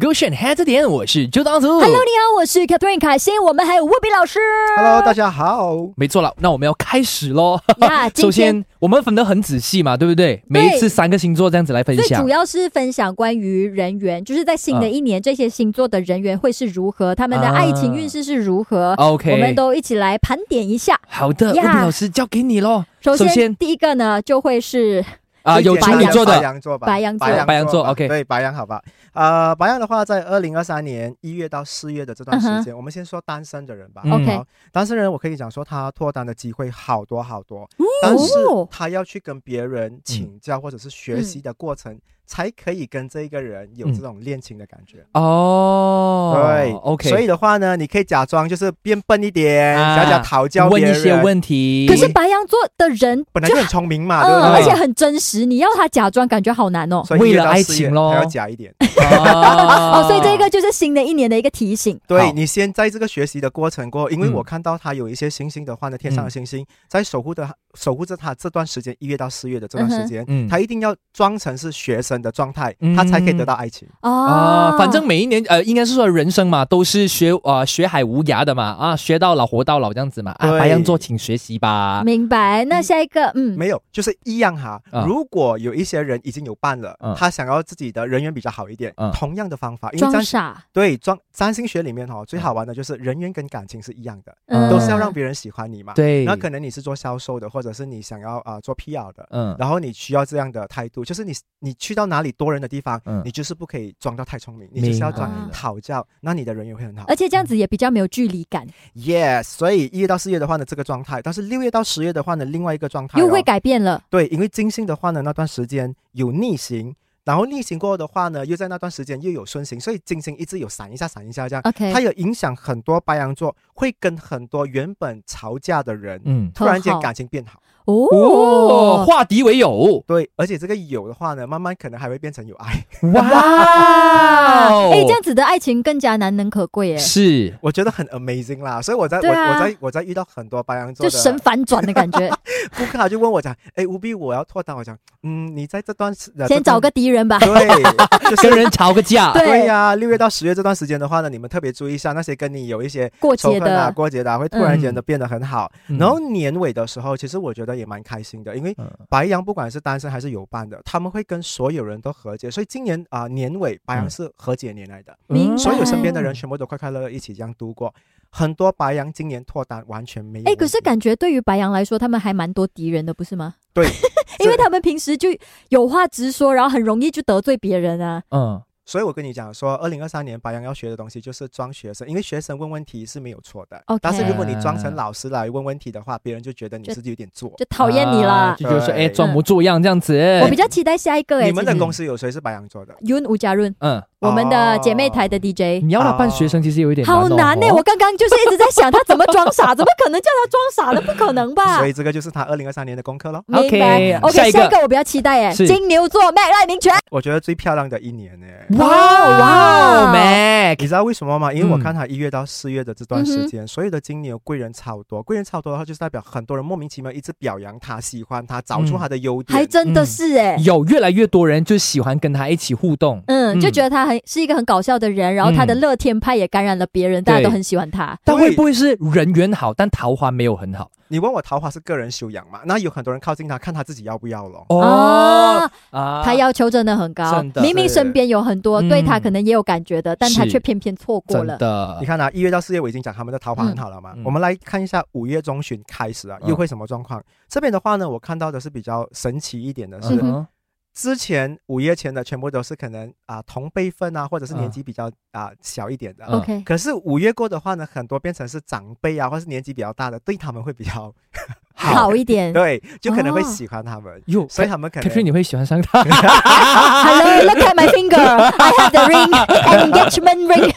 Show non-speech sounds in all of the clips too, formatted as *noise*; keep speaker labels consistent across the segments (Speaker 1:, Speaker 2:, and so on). Speaker 1: 勾选黑字典，我是周当组。
Speaker 2: Hello，你好，我是 Catherine 凯欣，我们还有 w 比
Speaker 3: *laughs*
Speaker 2: 老师。
Speaker 3: Hello，大家好。
Speaker 1: 没错了，那我们要开始喽。
Speaker 2: 呀今
Speaker 1: 首
Speaker 2: 天
Speaker 1: 先，我们分得很仔细嘛，对不对？每一次三个星座这样子来分
Speaker 2: 最
Speaker 1: 享
Speaker 2: 主。要是分享关于人缘，就是在
Speaker 3: 啊
Speaker 2: 新的一年，这些星座的人缘会是如何，他们的
Speaker 1: 啊
Speaker 2: 爱情运势是如何。
Speaker 1: OK，
Speaker 2: 我们都一起来盘点一下。
Speaker 1: 好的，
Speaker 2: 呀
Speaker 1: 物品老师交给你喽。
Speaker 2: 首
Speaker 1: 首先
Speaker 2: 第一个呢，就会是
Speaker 1: 啊，
Speaker 3: 最
Speaker 1: 有
Speaker 3: 简
Speaker 1: 处
Speaker 3: 单
Speaker 1: 女
Speaker 2: 白
Speaker 1: 座
Speaker 3: 白
Speaker 1: 的
Speaker 3: 羊座吧，
Speaker 2: 白羊座
Speaker 1: 白羊座
Speaker 3: 吧
Speaker 1: OK
Speaker 3: 对，白羊好吧。呃，白羊的话，在二零二三年一月到四月的这段时间我们先说单身的人吧。
Speaker 1: 嗯
Speaker 2: 嗯 OK
Speaker 3: 好单身人我可以讲说，他脱单的机会好多好多，
Speaker 2: 哦
Speaker 3: 但是他要去跟别人请教或者是学习的过程，才可以跟这个人有这种恋情的感觉。
Speaker 1: 嗯哦。
Speaker 3: 对
Speaker 1: ，OK，
Speaker 3: 所以的话呢，你可以假装就是变笨一点，
Speaker 1: 啊
Speaker 3: 假假讨教
Speaker 1: 问
Speaker 3: 别
Speaker 1: 一
Speaker 3: 人，
Speaker 1: 些问题。
Speaker 2: 可
Speaker 1: *laughs*
Speaker 2: 是白羊座的人
Speaker 3: 本来就
Speaker 2: 就
Speaker 3: 很聪明嘛，对
Speaker 2: 嗯，
Speaker 3: 不
Speaker 1: 哦
Speaker 3: 对？
Speaker 2: 而且很真实，你要他假装，感觉好难
Speaker 3: *laughs*
Speaker 2: 哦。
Speaker 3: 所以
Speaker 1: 为了
Speaker 3: 一月到
Speaker 1: 爱
Speaker 3: 四月
Speaker 1: 情咯
Speaker 3: 还要假一点。
Speaker 1: 哦
Speaker 2: *laughs* 哦，所以这个就是新的一年的一个提醒。
Speaker 1: 好
Speaker 3: 对你先在这个学习的过程过后，因为
Speaker 1: 嗯
Speaker 3: 我看到他有一些星星的话呢，天上的星星、在守护的守护着他这段时间，一月到四月的这段时间，
Speaker 1: 嗯
Speaker 3: 他一定要装成是学生的状态，
Speaker 1: 嗯
Speaker 3: 他才可以得到爱情。
Speaker 2: 哦
Speaker 1: 啊，，反正每一年呃，应该是说人生嘛，都是学啊学海无涯的嘛，啊学到老活到老这样子嘛。啊，
Speaker 3: 对
Speaker 1: 白羊座请学习
Speaker 3: 啊
Speaker 1: 吧。
Speaker 2: 明白。那下一个，嗯，
Speaker 3: 没有，就是一样哈。
Speaker 1: 啊
Speaker 3: 如果有一些人已经有伴了，
Speaker 1: 嗯
Speaker 3: 他想要自己的人缘比较好一点，
Speaker 1: 嗯
Speaker 3: 同样的方法，因为
Speaker 2: 装
Speaker 3: 占
Speaker 2: 傻，
Speaker 3: 对装占星学里面
Speaker 1: 啊
Speaker 3: 哦，最好玩的就是人缘跟感情是一样的，
Speaker 1: 嗯
Speaker 3: 都是要让别人喜欢你嘛。，
Speaker 1: 对，
Speaker 3: 然后可能你是做销售的，或者是你想要啊、做 PR 的，
Speaker 1: 嗯
Speaker 3: 然后你需要这样的态度，就是你你去到哪里多人的地方，
Speaker 1: 嗯
Speaker 3: 你就是不可以装到太聪明，你就是要装
Speaker 2: 明白哎
Speaker 3: 讨教，那你的人缘会很好
Speaker 2: 而。且这样子也比较没有距离感，
Speaker 3: Yes，所以一月到四月的话呢，这个状态；但是六月到十月的话呢，另外一个状态、哦、
Speaker 2: 又会改变了。
Speaker 3: 对，因为金星的话呢，那段时间有逆行，然后逆行过后的话呢，又在那段时间又有顺行，所以金星一直有闪一下闪一下这样，
Speaker 2: OK，
Speaker 3: 它有影响很多白羊座，会跟很多原本吵架的人，
Speaker 1: 嗯，
Speaker 3: 突然
Speaker 2: 和
Speaker 3: 间
Speaker 2: 好
Speaker 3: 感情变好。
Speaker 1: 哦，
Speaker 2: 哦，
Speaker 1: 化敌为友，
Speaker 3: 对，而且这个有的话呢，慢慢可能还会变成有爱。
Speaker 1: 哇哦
Speaker 2: 哎，这样子的爱情更加难能可贵耶，
Speaker 1: 是
Speaker 3: 我觉得很 amazing 啦，所以我在、
Speaker 2: 对啊
Speaker 3: 我我在我在遇到很多白羊座
Speaker 2: 就
Speaker 3: 的啊
Speaker 2: 神反转的感觉。
Speaker 3: *laughs* 顾客，他就问我讲，哎，吴碧，我要脱单，我讲，嗯，你在这段时呃
Speaker 2: 先找个敌人吧
Speaker 3: 这。
Speaker 2: *laughs*
Speaker 3: 段 *laughs* 对，就是
Speaker 1: 跟人吵个架，
Speaker 2: 对
Speaker 3: 对啊呀，六月到十月这段时间的话呢，你们特别注意一下那些跟你有一些
Speaker 2: 过
Speaker 3: 仇
Speaker 2: 节
Speaker 3: 恨啊、
Speaker 2: 的，
Speaker 3: 过节的、啊，会突然间
Speaker 1: 嗯
Speaker 3: 的变得很好。
Speaker 1: 嗯
Speaker 3: 然后年尾的时候，其实我觉得也蛮开心的，因为
Speaker 1: 嗯
Speaker 3: 白羊不管是单身还是有伴的，他们会跟所有人都和解，所以今年啊、年尾
Speaker 1: 嗯
Speaker 3: 白羊是和解年来的。
Speaker 2: 明白
Speaker 3: 所有身边的
Speaker 2: 哦
Speaker 3: 人全部都快快乐乐一起这样度过。很多白羊今年脱单完全没有问
Speaker 2: 哎，
Speaker 3: 题。
Speaker 2: 可是感觉对于白羊来说，他们还蛮多敌人的，不是吗？，
Speaker 3: 对
Speaker 2: *laughs* 因为他们平时就有话直说，然后很容易就得罪别人啊。
Speaker 1: 嗯
Speaker 3: 所以我跟你讲说，二零二三年白羊要学的东西就是装学生，因为学生问问题是没有错的。
Speaker 2: OK
Speaker 3: 但是如果你装成老师来问问题的话，别人就觉得你是有点做。
Speaker 2: 就讨厌你啦
Speaker 1: 啊。就觉得说
Speaker 3: 对
Speaker 1: 哎装模作样这样子，
Speaker 2: 我比较期待下一个哎，
Speaker 3: 你们的
Speaker 2: 其实
Speaker 3: 公司有谁是白羊座的？
Speaker 2: Yun 吴嘉润，
Speaker 1: 嗯，
Speaker 2: 我们的姐妹台的 DJ。
Speaker 1: 你要他扮学生其实有一点
Speaker 2: 好难呢、
Speaker 1: 哦
Speaker 2: 我刚刚就是一直在想他怎么装
Speaker 3: *laughs*
Speaker 2: 傻，怎么可能叫他装傻的？不可能吧？
Speaker 3: 所以这个就是他二零二三年的功课咯。
Speaker 2: 明
Speaker 1: OK，
Speaker 2: 白 OK，
Speaker 1: 下一个
Speaker 2: 下一个我比较期待哎，
Speaker 1: 是
Speaker 2: 金牛座 Mac 赖明权，
Speaker 3: 我觉得最漂亮的一年呢、
Speaker 1: 哇
Speaker 2: 哇
Speaker 1: 哇
Speaker 2: 哇
Speaker 1: 哦，Mac，
Speaker 3: 你知道为什么吗？因为我
Speaker 1: 嗯
Speaker 3: 看他一月到四月的这段
Speaker 2: 嗯
Speaker 3: 时间，所有的金牛贵人超多，贵人超多的话，就是代表很多人莫名其妙一直表扬他、喜欢他，找出他的优点。
Speaker 2: 嗯还真的
Speaker 1: 嗯
Speaker 2: 是哎，
Speaker 1: 有越来越多人就喜欢跟他一起互动，
Speaker 2: 嗯，
Speaker 1: 嗯
Speaker 2: 就觉得他很是一个很搞笑的人，然后他的
Speaker 1: 嗯
Speaker 2: 乐天派也感染了别人，大家都很喜欢他。
Speaker 1: 但
Speaker 3: 对
Speaker 1: 会不会是人缘好，但桃花没有很好？
Speaker 3: 你问我桃花是个人修养嘛？那有很多人靠近他，看他自己要不要咯。
Speaker 1: 哦
Speaker 2: 啊，
Speaker 1: 啊
Speaker 2: 他要求真的很高
Speaker 1: 真，的
Speaker 2: 明明
Speaker 3: 是
Speaker 2: 身边有很多
Speaker 1: 嗯
Speaker 2: 对他可能也有感觉的，但他
Speaker 1: 是
Speaker 2: 却偏偏错过
Speaker 1: 真
Speaker 2: 了。
Speaker 1: 的
Speaker 3: 你，看啊，一月到四月我已经讲他们的桃花很好了嘛。
Speaker 1: 嗯嗯
Speaker 3: 我们来看一下五月中旬开始啊，
Speaker 1: 嗯
Speaker 3: 又会什么状况？这边的话呢，我看到的是比较神奇一点的是，
Speaker 1: 嗯哼
Speaker 3: 之前五月前的全部都是可能啊、同辈分啊，或者是年纪比较啊、小一点的。
Speaker 1: 嗯
Speaker 2: OK，
Speaker 3: 可是五月过的话呢，很多变成是长辈啊，或是年纪比较大的，对他们会比较
Speaker 2: 好
Speaker 1: *laughs*
Speaker 2: 一
Speaker 3: *laughs*
Speaker 2: 点。
Speaker 3: 对，就可能会
Speaker 2: 哦
Speaker 3: 喜欢他们，
Speaker 1: 哟，
Speaker 3: 所以他们
Speaker 1: k
Speaker 3: 可
Speaker 1: a t h e r i n
Speaker 3: 能
Speaker 1: 你会喜欢上他？
Speaker 2: Hello，look at my finger. I have the
Speaker 1: *laughs*
Speaker 2: ring, an engagement ring.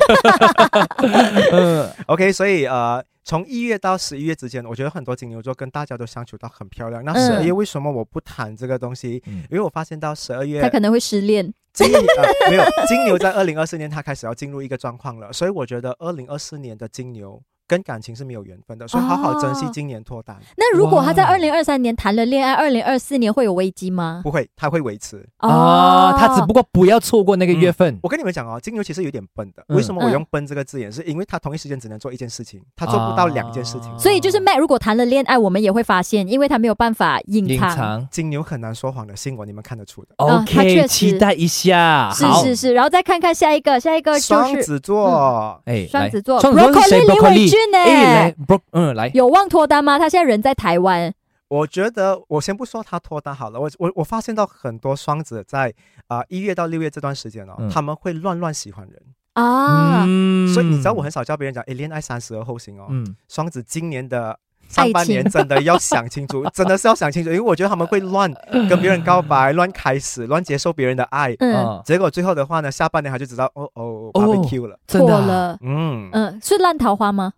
Speaker 1: 嗯
Speaker 3: OK，所以呃，从一月到十一月之间，我觉得很多金牛座跟大家都相处到很漂亮。那
Speaker 2: 嗯
Speaker 3: 十二月为什么我不谈这个东西？
Speaker 1: *laughs* 嗯
Speaker 3: 因为我发现到十二月
Speaker 2: 他可能会失恋。
Speaker 3: 金牛、呃、没有金牛在二零二四年，它开始要进入一个状况了。所以我觉得二零二四年的金牛跟感情是没有缘分的，所以好好珍
Speaker 2: 哦
Speaker 3: 惜今年脱单。
Speaker 2: 那如果他在
Speaker 1: 哇
Speaker 2: 二零二三年谈了恋爱，二零二四年会有危机吗？
Speaker 3: 不会，他会维持。
Speaker 2: 哦
Speaker 1: 啊，他只不过不要错过那个月份。
Speaker 3: 我跟你们讲哦，金牛其实有点笨的。
Speaker 1: 嗯
Speaker 3: 为什么我
Speaker 2: 嗯
Speaker 3: 用“笨”这个字眼？是因为他同一时间只能做一件事情，他做不到两件事情。
Speaker 1: 啊
Speaker 2: 哦所以就是 Matt 如果谈了恋爱，我们也会发现，因为他没有办法嗯隐
Speaker 1: 隐
Speaker 2: 藏。
Speaker 1: 藏
Speaker 3: 金牛很难说谎的新闻，你们看得出的。
Speaker 2: 啊他确
Speaker 1: ，OK，
Speaker 2: 实
Speaker 1: 期待一下。
Speaker 2: 是
Speaker 1: 好
Speaker 2: 是，是，然后再看看下一个，下一个呃就
Speaker 3: 双
Speaker 2: 是嗯
Speaker 3: 子座，
Speaker 1: 哎，
Speaker 2: 双
Speaker 1: 来
Speaker 2: 子座
Speaker 1: 双子座是谁
Speaker 2: Broccoli 李伟
Speaker 1: Broccoli
Speaker 2: 俊呢
Speaker 1: 哎，来 Bro，嗯，来，
Speaker 2: 有望脱单吗？他现在人在台湾，
Speaker 3: 我觉得我先不说他脱单好了，我我我发现到很多双子在啊一、月到六月这段时间哦，
Speaker 1: 嗯
Speaker 3: 他们会乱乱喜欢人，
Speaker 2: 啊，
Speaker 1: 嗯
Speaker 3: 所以你知道我很少叫别人讲，哎，恋爱三十而后行哦。
Speaker 1: 嗯，
Speaker 3: 双子今年的上半年真的要想
Speaker 1: *laughs*
Speaker 3: 清楚，真的是要想清楚，因为我觉得他们会乱
Speaker 1: 嗯
Speaker 3: 跟别人告白，乱开始，乱接受别人的爱，
Speaker 2: 嗯，
Speaker 1: 啊，
Speaker 3: 结果最后的话呢，下半年他就知道哦
Speaker 1: 哦
Speaker 3: 哦 b a r b e c u e 了。
Speaker 1: 真
Speaker 2: 错
Speaker 1: 的啊
Speaker 2: 了，
Speaker 3: 嗯，
Speaker 2: 嗯，是烂桃花吗？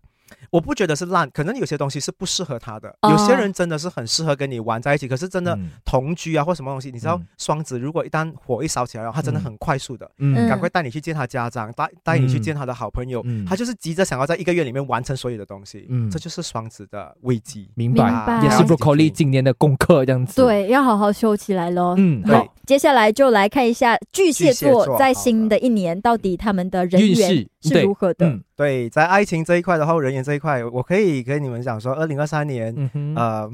Speaker 3: 我不觉得是烂，可能有些东西是不适合他的。
Speaker 2: 哦
Speaker 3: 有些人真的是很适合跟你玩在一起，可是真的
Speaker 1: 嗯
Speaker 3: 同居啊或什么东西，你知道
Speaker 1: 嗯，
Speaker 3: 双子如果一旦火一烧起来，然后他真的很快速的，
Speaker 1: 嗯
Speaker 3: 赶快带你去见他家长，带带你去
Speaker 1: 嗯
Speaker 3: 见他的好朋友，
Speaker 1: 嗯
Speaker 3: 他就是急着想要在一个月里面完成所有的东西。
Speaker 1: 嗯
Speaker 3: 这就是双子的危机。啊
Speaker 1: 明
Speaker 2: 明
Speaker 1: 白，
Speaker 2: 白
Speaker 1: 也是
Speaker 2: 了解
Speaker 1: Broccoli 今年的功课这样子。，
Speaker 2: 对，要好好修起来喽。
Speaker 1: 嗯，
Speaker 3: 对
Speaker 1: 好，
Speaker 2: 接下来就来看一下巨蟹
Speaker 3: 巨蟹
Speaker 2: 座
Speaker 3: 座
Speaker 2: 在新的一年到底他们的人
Speaker 1: 运
Speaker 2: 缘
Speaker 1: 势
Speaker 2: 是
Speaker 1: 对
Speaker 2: 如何的。
Speaker 1: 嗯
Speaker 3: 对，在爱情这一块的话，人缘这一块，我可以跟你们讲说，二零二三年，
Speaker 1: 嗯哼， *laughs*
Speaker 3: 呃，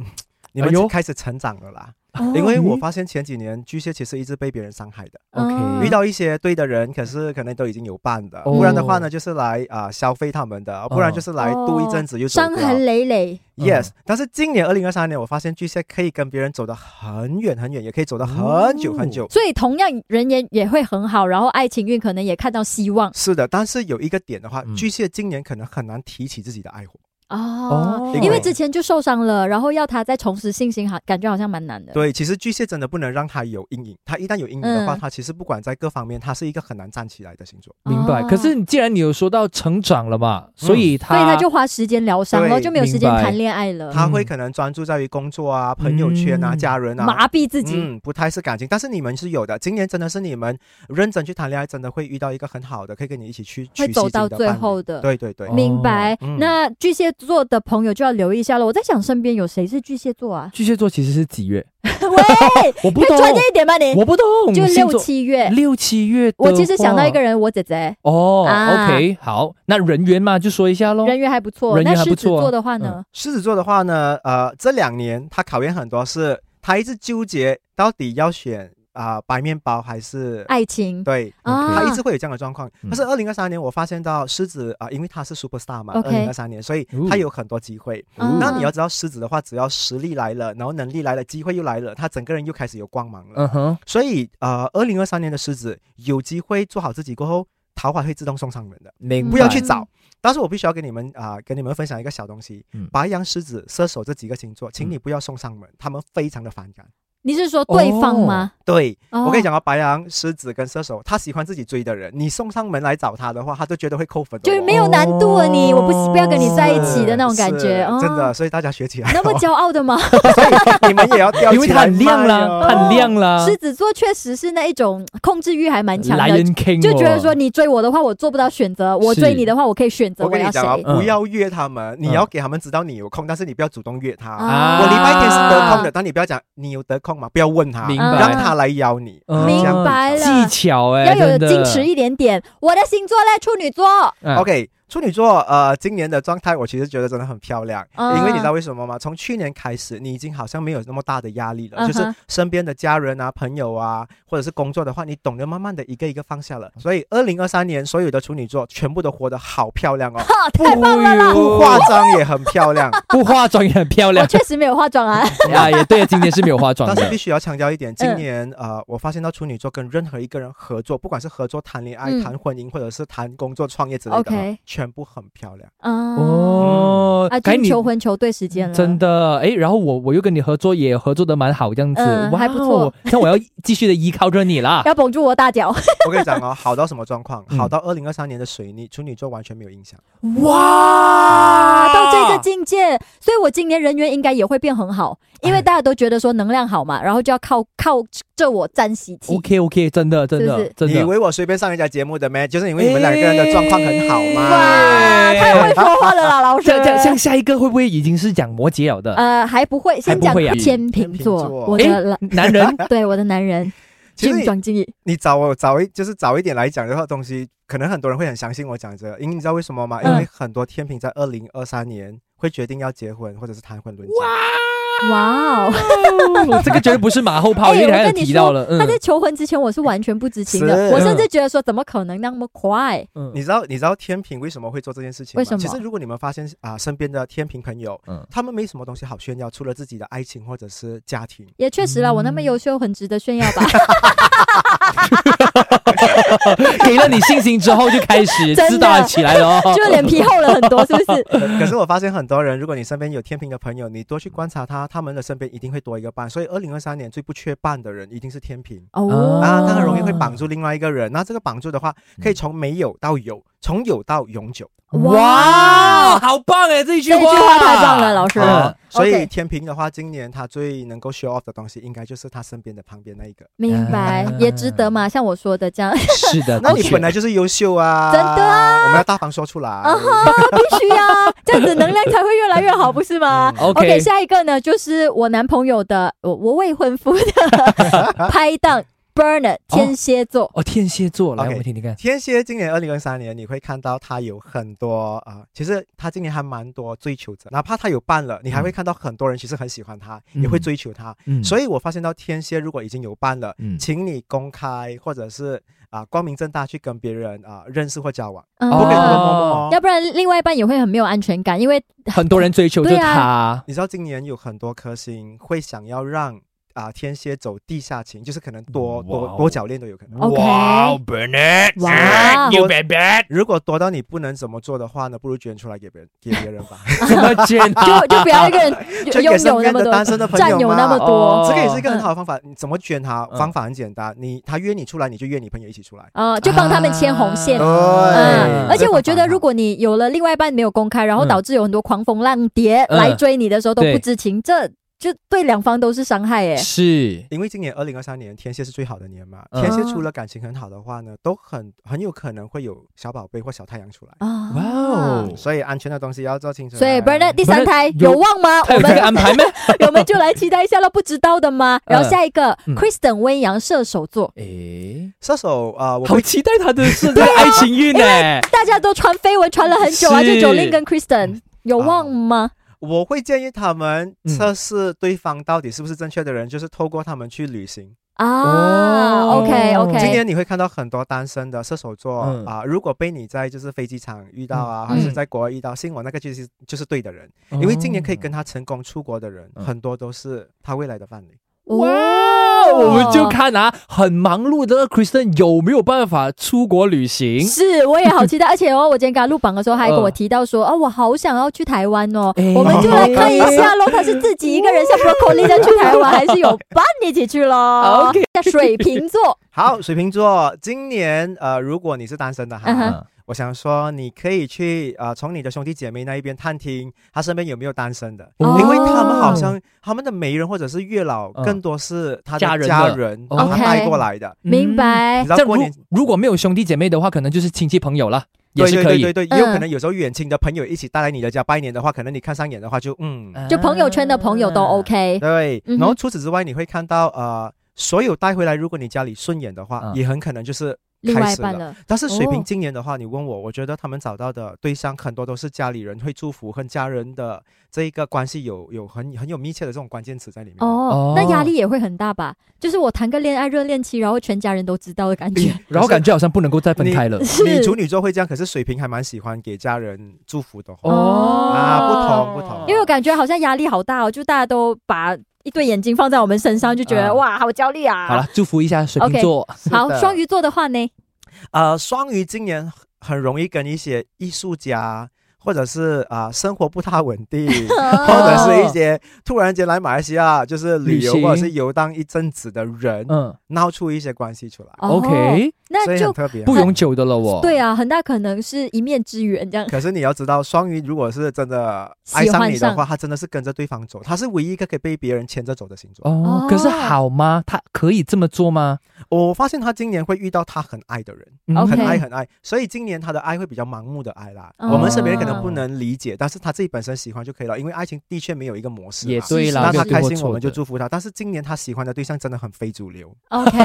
Speaker 3: 你
Speaker 1: 哎呦
Speaker 3: 们开始成长了啦。
Speaker 2: 哦
Speaker 3: 因为我发现前几年巨蟹其实一直被别人伤害的，
Speaker 1: OK，
Speaker 2: 嗯
Speaker 3: 遇到一些对的人，可是可能都已经有伴的，
Speaker 1: 哦
Speaker 3: 不然的话呢，就是来啊、消费他们的，不然就是来度一阵子又走
Speaker 1: 啊
Speaker 2: 哦伤
Speaker 3: 掉。
Speaker 2: 痕累累，
Speaker 3: Yes，但是今年二零二三年，我发现巨蟹可以跟别人走得很远很远，也可以走得很久很久。
Speaker 2: 所以同样人缘也会很好，然后爱情运可能也看到希望
Speaker 3: 是的，但是有一个点的话，
Speaker 1: 嗯
Speaker 3: 巨蟹今年可能很难提起自己的爱火。
Speaker 2: 哦。
Speaker 3: 因
Speaker 2: 因为
Speaker 3: 对
Speaker 2: 之前就受伤了，然后要他再重拾信心，好感觉好像蛮难的。
Speaker 3: 对，其实巨蟹真的不能让他有阴影，他一旦有阴影的话，
Speaker 2: 嗯
Speaker 3: 他其实不管在各方面，他是一个很难站起来的星座。
Speaker 1: 明白。
Speaker 2: 哦
Speaker 1: 可是既然你有说到成长了嘛，所
Speaker 3: 嗯
Speaker 1: 以他
Speaker 2: 所以他就花时间疗伤咯，
Speaker 3: 对
Speaker 2: 就没有时间
Speaker 1: 明白
Speaker 2: 谈恋爱了，
Speaker 3: 他会可能专注在于工作啊、朋友圈啊、
Speaker 1: 嗯
Speaker 3: 家人啊，
Speaker 2: 麻痹自己。
Speaker 3: 嗯，不太是感情，但是你们是有的。今年真的是你们认真去谈恋爱，真的会遇到一个很好的，可以跟你一起去
Speaker 2: 会
Speaker 3: 取
Speaker 2: 走
Speaker 3: 信
Speaker 2: 到
Speaker 3: 你的
Speaker 2: 最
Speaker 3: 伴侣
Speaker 2: 后的
Speaker 3: 对对对，
Speaker 1: 哦？
Speaker 2: 明白、
Speaker 3: 嗯
Speaker 2: 那巨蟹座的朋友就要留意一下了。我在想，身边有谁是巨蟹座啊
Speaker 1: 巨蟹座其实是几月？
Speaker 2: *laughs* 喂，
Speaker 1: *laughs* 我不
Speaker 2: 可以
Speaker 1: 懂，
Speaker 2: 专业一点吧你？
Speaker 1: 我不懂，
Speaker 2: 就
Speaker 1: 星
Speaker 2: 六
Speaker 1: 座
Speaker 2: 七月。
Speaker 1: 六七月的话。
Speaker 2: 我其实想到一个人，我姐姐
Speaker 1: 哦
Speaker 2: 啊
Speaker 1: ，OK，好，那人缘嘛，就说一下喽。
Speaker 2: 人缘还不错。
Speaker 1: 哦人缘
Speaker 2: 那
Speaker 1: 还
Speaker 2: 狮
Speaker 1: 不
Speaker 2: 子
Speaker 1: 错啊
Speaker 2: 座的话呢？
Speaker 3: 狮子座的话呢，呃，这两年他考验很多是，他一直纠结到底要选啊、白面包还是
Speaker 2: 爱情
Speaker 3: 对。
Speaker 2: 哎啊
Speaker 3: 他一直会有这样的状况，
Speaker 1: 嗯
Speaker 3: 但是二零二三年我发现到狮子啊、因为他是 super star 嘛，二
Speaker 2: OK
Speaker 3: 零二三年，所以
Speaker 1: 哦
Speaker 3: 他有很多机会。
Speaker 2: 啊
Speaker 3: 那你要知道，狮子的话，只要实力来了，然后能力来了，机会又来了，他整个人又开始有光芒了。
Speaker 1: 嗯哼，
Speaker 3: 所以呃，二零二三年的狮子有机会做好自己过后，桃花会自动送上门的，
Speaker 2: 嗯
Speaker 1: 明白
Speaker 3: 不要去找。但是我必须要跟你们啊、跟你们分享一个小东西：
Speaker 1: 嗯
Speaker 3: 白羊、狮子、射手这几个星座，请
Speaker 2: 嗯
Speaker 3: 你不要送上门，他们非常的反感。
Speaker 2: 你是说对方吗？
Speaker 3: 对、
Speaker 2: 哦
Speaker 3: 我跟你，讲啊，白羊、狮子跟射手，他喜欢自己追的人，你送上门来找他的话，他就觉得会扣分的、哦，
Speaker 2: 就是没有难度啊，你
Speaker 1: 哦
Speaker 2: 我不不要跟你在一起的那种
Speaker 3: 是
Speaker 2: 感觉
Speaker 3: 是
Speaker 2: 啊，
Speaker 3: 真的，所以大家学起来、哦，
Speaker 2: 那么骄傲的吗？
Speaker 3: *laughs* 你们也要吊起来卖哦，
Speaker 1: 因为他很亮啦，
Speaker 3: 啊
Speaker 1: 他很亮啦，
Speaker 2: 狮子座确实是那一种控制欲还蛮强
Speaker 1: 莱
Speaker 2: 的，
Speaker 1: 恩 King，
Speaker 2: 就觉得
Speaker 1: 哦
Speaker 2: 说你追我的话，我做不到选择；我追你的话，我可以选择
Speaker 3: 我跟
Speaker 2: 要
Speaker 3: 你
Speaker 2: 谁
Speaker 3: 讲。啊，
Speaker 1: 嗯
Speaker 3: 不要约他们，
Speaker 2: 嗯
Speaker 3: 你要给他们知道你有空，但是你不要主动约他。
Speaker 2: 啊
Speaker 3: 我礼拜天是得空的，啊但你不要讲你有得空吗？不要问他，
Speaker 1: 明
Speaker 2: 白
Speaker 3: 让他来邀你。
Speaker 1: 嗯
Speaker 3: 这
Speaker 2: 啊明
Speaker 3: 样
Speaker 2: 白
Speaker 1: 技
Speaker 2: 了
Speaker 1: 巧哎，
Speaker 2: 要有
Speaker 1: 真的
Speaker 2: 矜持一点点。我的星座嘞，处女座，
Speaker 1: 嗯
Speaker 3: OK，处女座，呃，今年的状态我其实觉得真的很漂亮，
Speaker 2: 嗯
Speaker 3: 因为你知道为什么吗？从去年开始，你已经好像没有那么大的压力了，
Speaker 2: 嗯哼
Speaker 3: 就是身边的家人啊、朋友啊，或者是工作的话，你懂得慢慢的一个一个放下
Speaker 2: 嗯
Speaker 3: 了。所以，二零二三年所有的处女座全部都活得好漂亮哦，
Speaker 2: 哈， *laughs* 太棒！
Speaker 1: 了
Speaker 3: 不化妆也很漂亮。
Speaker 1: 不化妆也很漂
Speaker 2: 我
Speaker 1: 亮
Speaker 2: 确实没有化妆啊，
Speaker 1: 啊，也对，今年是没有化
Speaker 3: *laughs*
Speaker 1: 妆
Speaker 3: 但是必
Speaker 1: 的，
Speaker 3: 须要强调一点，
Speaker 2: 嗯
Speaker 3: 今年、呃，我发现到处女座跟任何一个人合作，不管是合作谈恋爱、
Speaker 2: 嗯
Speaker 3: 谈婚姻，或者是谈工作、创业之类的
Speaker 2: OK
Speaker 3: 全部很漂亮。
Speaker 2: 啊
Speaker 1: 哦
Speaker 2: 啊，，
Speaker 1: 该
Speaker 2: 就是
Speaker 1: 你
Speaker 2: 求婚求对时间了，
Speaker 1: 真。的哎，然后我我又跟你合作，也合作的蛮好这样子，哇
Speaker 2: 嗯
Speaker 1: 哦
Speaker 2: 还不错，
Speaker 1: 那我要继续的依靠着你
Speaker 2: *laughs*
Speaker 3: 啊
Speaker 1: 啦，
Speaker 2: 要绷住我大脚，
Speaker 3: 我跟你讲哦，好到什么状况？
Speaker 1: 嗯
Speaker 3: 好到二零二三年的水逆，处女座完全没有影响。
Speaker 1: 哇
Speaker 2: 啊到这个境界，所以我今年人缘应该也会变很好，因为
Speaker 1: 哎
Speaker 2: 大家都觉得说能量好嘛，然后就要靠靠这我沾喜气。
Speaker 1: ，OK OK，真的真
Speaker 2: 是不
Speaker 1: 的
Speaker 2: 是
Speaker 1: 真
Speaker 3: 你以
Speaker 1: 的，
Speaker 3: 为我随便上人家节目的咩？就是因为你们两个人的状况很好
Speaker 1: 哎
Speaker 3: 嘛。
Speaker 2: *laughs* 哇，太会哎说话了啦，老师。
Speaker 1: 这样这样，像下一个会不会已经是讲摩羯了的？
Speaker 2: 呃，还不会，先讲
Speaker 1: 还不会啊
Speaker 2: 天秤座
Speaker 3: 天
Speaker 1: 诶
Speaker 2: 我的
Speaker 3: 秤，座
Speaker 2: 了，
Speaker 1: 男人
Speaker 2: 对我的男人
Speaker 3: 其实你
Speaker 2: ，Jim 庄敬义，
Speaker 3: 你早我早一就是早一点来讲的话，东西可能很多人会很相信我讲这个，因为你知道为什么吗？因
Speaker 2: 嗯
Speaker 3: 为很多天平在二零二三年会决定要结婚或者是谈婚论嫁。
Speaker 2: 哇哦！
Speaker 1: 哇，这个绝对不是马后炮，
Speaker 2: *laughs* 哎
Speaker 1: 因为
Speaker 2: 我
Speaker 1: 他有
Speaker 2: 跟你
Speaker 1: 提到
Speaker 2: 说
Speaker 1: 了，
Speaker 2: 他在
Speaker 1: 嗯
Speaker 2: 求婚之前，我是完全不知情的，
Speaker 3: 是
Speaker 2: 我甚至觉得说，怎么可能那么快？
Speaker 1: 嗯
Speaker 3: 你知道你知道天平为什么会做这件事情吗？
Speaker 2: 为什么
Speaker 3: 其实如果你们发现啊、身边的天平朋友，
Speaker 1: 嗯
Speaker 3: 他们没什么东西好炫耀，除了自己的爱情或者是家庭。
Speaker 2: 也确实了，我那么优秀，很值得炫耀吧？
Speaker 1: *laughs* 给了你信心之后就开始
Speaker 2: 真的
Speaker 1: 自大起来了哦。
Speaker 2: 就脸皮厚了很多，是
Speaker 1: *laughs*
Speaker 2: 不是？
Speaker 3: 可是我发现很多人，如果你身边有天平的朋友，你多去观察他，他们的身边一定会多一个伴。所以二零二三年最不缺伴的人一定是天平。
Speaker 2: 哦，
Speaker 3: 啊，他很容易会
Speaker 1: 把
Speaker 3: 绑住另外一个人。那这个绑住的话，可以从没有到有，从有到永久。
Speaker 1: 哇，好棒哎，这一句
Speaker 2: 这句话太棒了，老师。
Speaker 1: 嗯
Speaker 3: 啊所
Speaker 2: OK
Speaker 3: 以天平的话，今年他最能够 show off 的东西，应该就是他身边的旁边那一个。
Speaker 2: 明白
Speaker 1: 嗯，
Speaker 2: 也值得嘛，像我说的
Speaker 3: *laughs*
Speaker 2: 这样，
Speaker 1: 是的，
Speaker 3: 那你
Speaker 1: 的确
Speaker 3: 本来就是优秀啊，
Speaker 2: 真的啊
Speaker 3: 我们要大方说
Speaker 2: *laughs*
Speaker 3: 出来。
Speaker 2: 啊哈，必须啊，这样子能量才会越来越好，不是吗
Speaker 3: 嗯
Speaker 1: OK
Speaker 2: 下一个呢，就是我男朋友的，我我未婚夫的 *laughs* 拍档 Bernard 天蝎座，
Speaker 1: 哦，天蝎座，来
Speaker 3: OK
Speaker 1: 我们听听看。
Speaker 3: 天蝎今年二零二三年，你会看到他有很多啊、呃其实他今年还蛮多追求者，哪怕他有伴了，你还会看到很多人其实很喜欢他，也会
Speaker 1: 嗯
Speaker 3: 追求他。
Speaker 1: 嗯
Speaker 3: 所以我发现到天蝎如果已经有伴了，
Speaker 1: 嗯
Speaker 3: 请你公开或者是啊、光明正大去跟别人啊、认识或交往，
Speaker 2: 嗯
Speaker 3: 不可以偷偷摸摸
Speaker 1: 哦
Speaker 3: 哦。
Speaker 2: 要不然另外一半也会很没有安全感，因为
Speaker 1: 很多人追求就
Speaker 2: 对
Speaker 1: 他
Speaker 2: 啊，
Speaker 3: 你知道今年有很多颗星会想要让啊、天蝎走地下情，就是可能多
Speaker 1: 哇哦
Speaker 3: 多多角恋都有可能。
Speaker 2: OK
Speaker 4: 哇 b e r n a d
Speaker 2: 哇
Speaker 4: y o u baby，
Speaker 3: 如果多到你不能怎么做的话呢，不如捐出来给
Speaker 2: *laughs*
Speaker 3: 别人，给别人吧，
Speaker 1: 怎么见啊？
Speaker 2: 就就不要一个人
Speaker 3: *laughs* 捐
Speaker 2: 拥
Speaker 3: 给身
Speaker 2: 有那
Speaker 3: 边
Speaker 2: 么
Speaker 3: 的
Speaker 2: 多，
Speaker 3: 单身的朋
Speaker 2: 占
Speaker 3: 友
Speaker 2: 有
Speaker 3: 嘛。
Speaker 2: 那么
Speaker 1: 哦
Speaker 2: 多，
Speaker 3: 这个也是一个很
Speaker 2: 嗯
Speaker 3: 好的方法，你怎么捐他？
Speaker 1: 嗯
Speaker 3: 方法很简单，你他约你出来，你就约你朋友一起出来。
Speaker 2: 呃， *laughs* 就帮他们牵红
Speaker 3: *laughs*
Speaker 2: 线
Speaker 3: 啊。
Speaker 2: 嗯，
Speaker 1: 哎
Speaker 3: 对
Speaker 2: 而且我觉
Speaker 3: 这
Speaker 2: 得，
Speaker 3: 个方法很好
Speaker 2: 如果你有了另外一半没有公开，然后
Speaker 1: 嗯
Speaker 2: 导致有很多狂风浪蝶
Speaker 1: 嗯
Speaker 2: 来追你的时候都
Speaker 1: 对
Speaker 2: 不知情，这就对两方都是伤害诶。
Speaker 1: 是
Speaker 3: 因为今年二零二三年天蝎是最好的年嘛，
Speaker 1: 嗯
Speaker 3: 天蝎除了感情很好的话呢，都很很有可能会有小宝贝或小太阳出来，
Speaker 2: 啊
Speaker 1: 哇哦，
Speaker 3: 所以安全的东西要做清楚。
Speaker 2: 所以 Bernard 第三
Speaker 1: Bernard
Speaker 2: 胎
Speaker 1: 有
Speaker 2: 有望吗？
Speaker 1: *laughs* 他
Speaker 2: 我
Speaker 1: 有这
Speaker 2: 们
Speaker 1: 个安排吗？
Speaker 2: *laughs* 我们就来期待一下了，不知道的吗？然后
Speaker 1: 嗯
Speaker 2: 下一个
Speaker 1: 嗯
Speaker 2: Kristen 温阳射手座，
Speaker 1: 诶，
Speaker 3: 射手啊，我
Speaker 1: 好
Speaker 3: 会
Speaker 1: 期待他的是这个爱情运呢。
Speaker 2: 大家都传绯闻传了很久啊，
Speaker 1: 是
Speaker 2: 就 Jolin 跟 Kristen 有望吗？
Speaker 3: 我会建议他们
Speaker 1: 嗯
Speaker 3: 测试对方到底是不是正确的人，就是透过他们去旅行。
Speaker 2: 啊
Speaker 1: 哦
Speaker 2: ，OK
Speaker 3: 今
Speaker 2: OK，
Speaker 3: 年你会看到很多单身的射手座
Speaker 1: 嗯
Speaker 3: 啊，如果被你在就是飞机场遇到啊，
Speaker 1: 嗯
Speaker 3: 还是在国外遇到，信我那个就是就是对的人，
Speaker 1: 哦
Speaker 3: 因为今年可以跟他成功出国的人，
Speaker 1: 嗯
Speaker 3: 很多都是他未来的伴侣。
Speaker 1: 哇哦，我们就看啊，很忙碌的 Kristen 有没有办法出国旅行？
Speaker 2: 是，我也好期待，而且哦，我今天跟他录榜的时候，还跟我提到
Speaker 3: 嗯
Speaker 2: 说，哦，我好想要去台湾哦，
Speaker 1: 哎
Speaker 2: 我们就来看一下喽。他是自己一个人像 Broccoli 这样去台湾，还是有伴一起去喽
Speaker 1: OK
Speaker 2: 那水瓶
Speaker 3: *laughs*
Speaker 2: 座，
Speaker 3: 好，水瓶座，今年呃，如果你是单身的哈，
Speaker 2: 嗯哼
Speaker 1: 嗯
Speaker 3: 我想说你可以去呃，从你的兄弟姐妹那一边探听他身边有没有单身的，
Speaker 1: 哦
Speaker 3: 因为他们好像他们的媒人或者是月老，
Speaker 1: 嗯
Speaker 3: 更多是他的
Speaker 1: 家
Speaker 3: 家
Speaker 1: 人的
Speaker 3: 人，
Speaker 1: 哦
Speaker 3: 把他
Speaker 2: OK
Speaker 3: 带过来的。
Speaker 2: 明白
Speaker 3: 你知？道
Speaker 1: 这样
Speaker 3: 过年
Speaker 1: 如如果没有兄弟姐妹的话，可能就是亲戚朋友啦，也
Speaker 3: 对
Speaker 1: 是
Speaker 3: 对
Speaker 1: 可
Speaker 3: 对
Speaker 1: 以
Speaker 3: 对。对，也有
Speaker 2: 嗯
Speaker 3: 可能有时候远亲的朋友一起带来你的家拜年的话，可能你看上眼的话就嗯，
Speaker 1: 啊
Speaker 2: 就朋友圈的朋友都 OK。
Speaker 3: 对。
Speaker 2: 嗯哼
Speaker 3: 然后除此之外，你会看到呃，所有带回来，如果你家里顺眼的话
Speaker 1: 嗯，
Speaker 3: 也很可能就是
Speaker 2: 另外
Speaker 3: 开
Speaker 2: 一
Speaker 3: 始
Speaker 2: 半
Speaker 3: 了。
Speaker 2: 了，
Speaker 3: 但是水
Speaker 2: 哦
Speaker 3: 平今年的话，你问我，我觉得他们找到的对象很多都是家里人会祝福，和家人的这一个关系有有很很有密切的这种关键词在里面。
Speaker 2: 哦
Speaker 1: 哦，
Speaker 2: 那压力也会很大吧？就是我谈个恋爱热恋期，然后全家人都知道的感觉，
Speaker 1: 然后感觉好像不能够再分开了。
Speaker 3: *laughs* 你
Speaker 2: 是
Speaker 3: 处女座会这样，可是水平还蛮喜欢给家人祝福的。
Speaker 2: 哦
Speaker 3: 啊不同不同
Speaker 2: 因为
Speaker 1: 嗯
Speaker 2: 我感觉好像压力好大哦，就大家都把一对眼睛放在我们身上，就觉得
Speaker 1: 啊
Speaker 2: 哇，好焦虑啊。
Speaker 1: 好了，祝福一下水瓶座。
Speaker 2: 好，
Speaker 3: 是的
Speaker 2: 双鱼
Speaker 1: *laughs*
Speaker 2: 座的话呢？
Speaker 3: 呃，双鱼今年很容易跟一些艺术家。或者是啊、生活不太稳定，
Speaker 2: 哦
Speaker 3: 或者是一些突然间来马来西亚就是旅游
Speaker 1: 旅行
Speaker 3: 或者是游荡一阵子的人，
Speaker 1: 嗯
Speaker 3: 闹出一些关系出来，
Speaker 2: 哦
Speaker 1: ，OK，
Speaker 2: 那
Speaker 3: 所以很
Speaker 2: 就
Speaker 3: 特别。
Speaker 1: 不永久的了哦。
Speaker 2: 对啊，很大可能是一面之缘
Speaker 1: *laughs*
Speaker 2: 这样。
Speaker 3: 可是你要知道，双鱼如果是真的
Speaker 2: 喜
Speaker 3: 爱
Speaker 2: 欢
Speaker 3: 上你的话，
Speaker 2: 上
Speaker 3: 他真的是跟着对方走，他是唯一一个可以被别人牵着走的星座。
Speaker 1: 哦
Speaker 2: 哦，
Speaker 1: 可是好吗？他可以这么做吗？
Speaker 3: 我发现他今年会遇到他很爱的人，
Speaker 1: 嗯
Speaker 2: OK
Speaker 3: 很爱很爱，所以今年他的爱会比较盲目的爱啦。
Speaker 2: 哦
Speaker 3: 我们身边人可能不能理解，但是他自己本身喜欢就可以了，因为爱情的确没有一个模式
Speaker 1: 也
Speaker 3: 嘛。
Speaker 1: 对啦，
Speaker 3: 那
Speaker 1: 没有
Speaker 3: 他
Speaker 1: 对
Speaker 3: 开
Speaker 1: 或
Speaker 3: 心，
Speaker 1: 错
Speaker 3: 我们就
Speaker 1: 的
Speaker 3: 祝福他。但是今年他喜欢的对象真的很非主流，
Speaker 2: OK，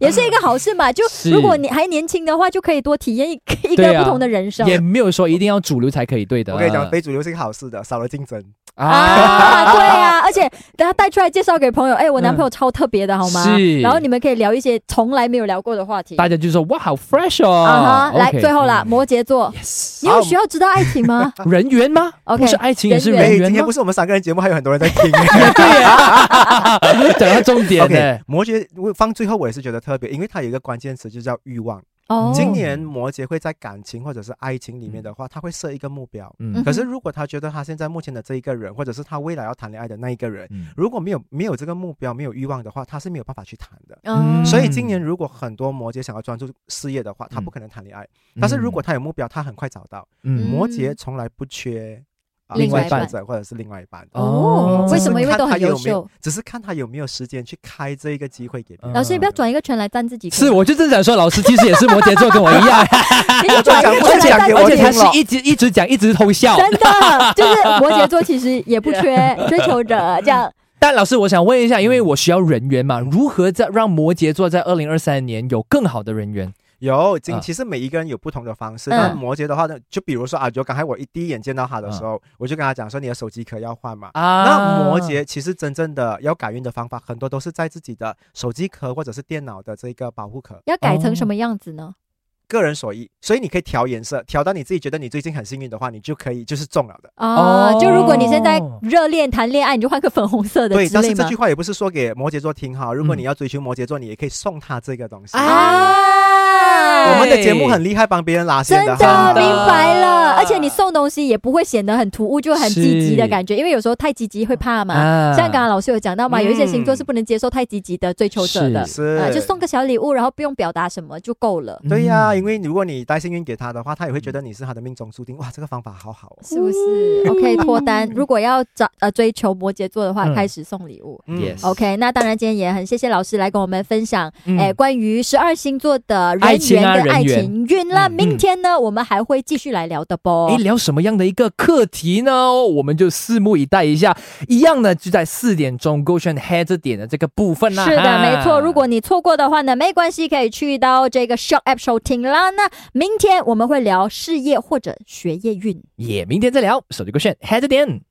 Speaker 2: 也是一个好事嘛。就是如果你还年轻的话，就可以多体验一 *laughs* 一
Speaker 1: 对
Speaker 2: 个
Speaker 1: 啊
Speaker 2: 不同的人生
Speaker 1: 也没有说一定要主流才可以，对啊的。
Speaker 3: 我跟你讲，非主流是一个好事的，少了竞争。
Speaker 2: 啊， *laughs* 对啊。而且等他带出来介绍给朋友，哎，我男朋友超特别的好吗？
Speaker 1: 嗯是
Speaker 2: 然后你们可以聊一些从来没有聊过的话题。
Speaker 1: 大家就说哇，好 fresh 哦。
Speaker 2: 啊哈，来
Speaker 1: OK 嗯
Speaker 2: 最后啦，摩羯座，
Speaker 1: Yes
Speaker 2: 你有需要知道爱情吗？
Speaker 1: 人缘吗
Speaker 2: *laughs*
Speaker 3: 啊
Speaker 2: OK，
Speaker 1: 不是爱情也是
Speaker 2: 人
Speaker 1: 人
Speaker 3: 哎，
Speaker 1: 缘
Speaker 3: 今天
Speaker 1: 吗
Speaker 3: 不？是我们三个人节目，还有很多人
Speaker 1: *laughs*
Speaker 3: 在听。
Speaker 1: 对呀， *laughs* 讲到重点
Speaker 3: OK，
Speaker 1: 呢。
Speaker 3: 摩羯我放最后我也是觉得特别，因为它有一个关键词就叫欲望。
Speaker 2: 哦，
Speaker 3: 今年摩羯会在感情或者是爱情里面的话，他会设一个目标。
Speaker 1: 嗯
Speaker 2: 嗯
Speaker 3: 可是如果他觉得他现在目前的这一个人，或者是他未来要谈恋爱的那一个人，
Speaker 1: 嗯
Speaker 3: 如果没有没有这个目标、没有欲望的话，他是没有办法去谈的。
Speaker 2: 嗯
Speaker 3: 所以今年如果很多摩羯想要专注事业的话，他不可能谈恋爱。
Speaker 2: 嗯
Speaker 3: 但是如果他有目标，他很快找到。
Speaker 1: 嗯
Speaker 3: 摩羯从来不缺、啊
Speaker 2: 另
Speaker 1: 外一半
Speaker 3: 或者或者是另外一半。
Speaker 2: 哦
Speaker 1: 哦，
Speaker 2: 为什么？
Speaker 3: 只
Speaker 2: 因
Speaker 3: 是
Speaker 2: 为都
Speaker 3: 嗯看他
Speaker 2: 很优
Speaker 3: 有没有嗯
Speaker 2: 秀。，嗯
Speaker 3: 只是看他有没有时间去开这一个机会给别人。
Speaker 2: 老师，你不要转一个圈来赞自己。 *laughs*
Speaker 1: 是，我就正想说，老师其实也是摩羯座，跟我一样，
Speaker 2: 你就转一个
Speaker 3: 我
Speaker 2: 圈
Speaker 3: 就
Speaker 2: 来
Speaker 3: 讲
Speaker 2: 赞自
Speaker 3: 给哎我
Speaker 1: 而且
Speaker 2: 己
Speaker 1: 他
Speaker 3: 听。了
Speaker 1: 是一直一直讲，一直偷笑。
Speaker 2: *laughs* 真
Speaker 3: *laughs*
Speaker 2: 的，就是摩羯座其实也不缺追求者，这样
Speaker 1: 但老师，我想问一下，因为
Speaker 3: 嗯
Speaker 1: 我需要人缘嘛，如何在让摩羯座在二零二三年有更好的人缘？
Speaker 3: 有，今
Speaker 1: 啊
Speaker 3: 其实每一个人有不同的方
Speaker 2: 嗯
Speaker 3: 式。那、摩羯的话呢，就比如说啊，就刚才我一第一眼见到他的时候，我就跟他讲说，你的手机壳要换嘛。
Speaker 1: 啊
Speaker 3: 那摩羯其实真正的要改运的方法，很多都是在自己的手机壳或者是电脑的这个保护壳，
Speaker 2: 要改成什么样子呢？
Speaker 3: 个人所依。所以你可以调颜色，调到你自己觉得你最近很幸运的话，你就可以就是中了的。
Speaker 2: 啊，
Speaker 1: 哦
Speaker 2: 就如果你现在热恋谈恋爱，你就换个粉红色的
Speaker 3: 对，
Speaker 2: 之
Speaker 3: 但
Speaker 2: 类
Speaker 3: 是这
Speaker 2: 吗
Speaker 3: 句？话也不是说给摩羯座听哈，如果
Speaker 1: 嗯
Speaker 3: 你要追求摩羯座，你也可以送他这个东西。啊
Speaker 2: 啊
Speaker 3: 我们的节目很厉害，帮别人拉
Speaker 2: 真
Speaker 3: 线
Speaker 2: 的
Speaker 3: 哈。嗯
Speaker 1: 真的
Speaker 2: 明白了，而且你送东西也不会显得很突兀，就很积极的感觉，因为有时候太积极会怕嘛。
Speaker 1: 啊
Speaker 2: 像刚刚老师有讲到嘛，
Speaker 3: 嗯
Speaker 2: 有一些星座是不能接受太积极的追求者的，
Speaker 1: 嗯是
Speaker 3: 是、嗯
Speaker 2: 啊，就送个小礼物，然后不用表达什么就够了，
Speaker 3: 对呀、因
Speaker 1: 为
Speaker 3: 为如果你带幸运给他的话，他也会觉得你是他的命中注定。哇，这个方法好好哦。
Speaker 2: 是不是、o
Speaker 1: 嗯
Speaker 2: k 脱单。如果要找呃追求摩羯座的话，
Speaker 1: 嗯
Speaker 2: 开始送礼物。
Speaker 3: 嗯
Speaker 1: Yes
Speaker 2: OK，那当然，今天也很谢谢老师来跟我们分享，哎、
Speaker 1: 哎
Speaker 2: 关于十二星座的
Speaker 1: 爱
Speaker 2: 人
Speaker 1: 情啊
Speaker 2: 缘跟爱
Speaker 1: 人缘
Speaker 2: 情运啦。
Speaker 1: 嗯
Speaker 2: 明天呢，我们还会继续来聊的啵。
Speaker 1: 哎聊什么样的一个课题呢？哦我们就拭目以待一下。一样呢，就在四点钟 Go 选 Head 这点的这个部分啦。
Speaker 2: 是的，
Speaker 1: 啊哈
Speaker 2: 没错。如果你错过的话呢，没关系，可以去到这个 Shock App 收听啦。那明天我们会聊事业或者学业运。
Speaker 1: 也明天再聊，手机 Go 选 Head 点。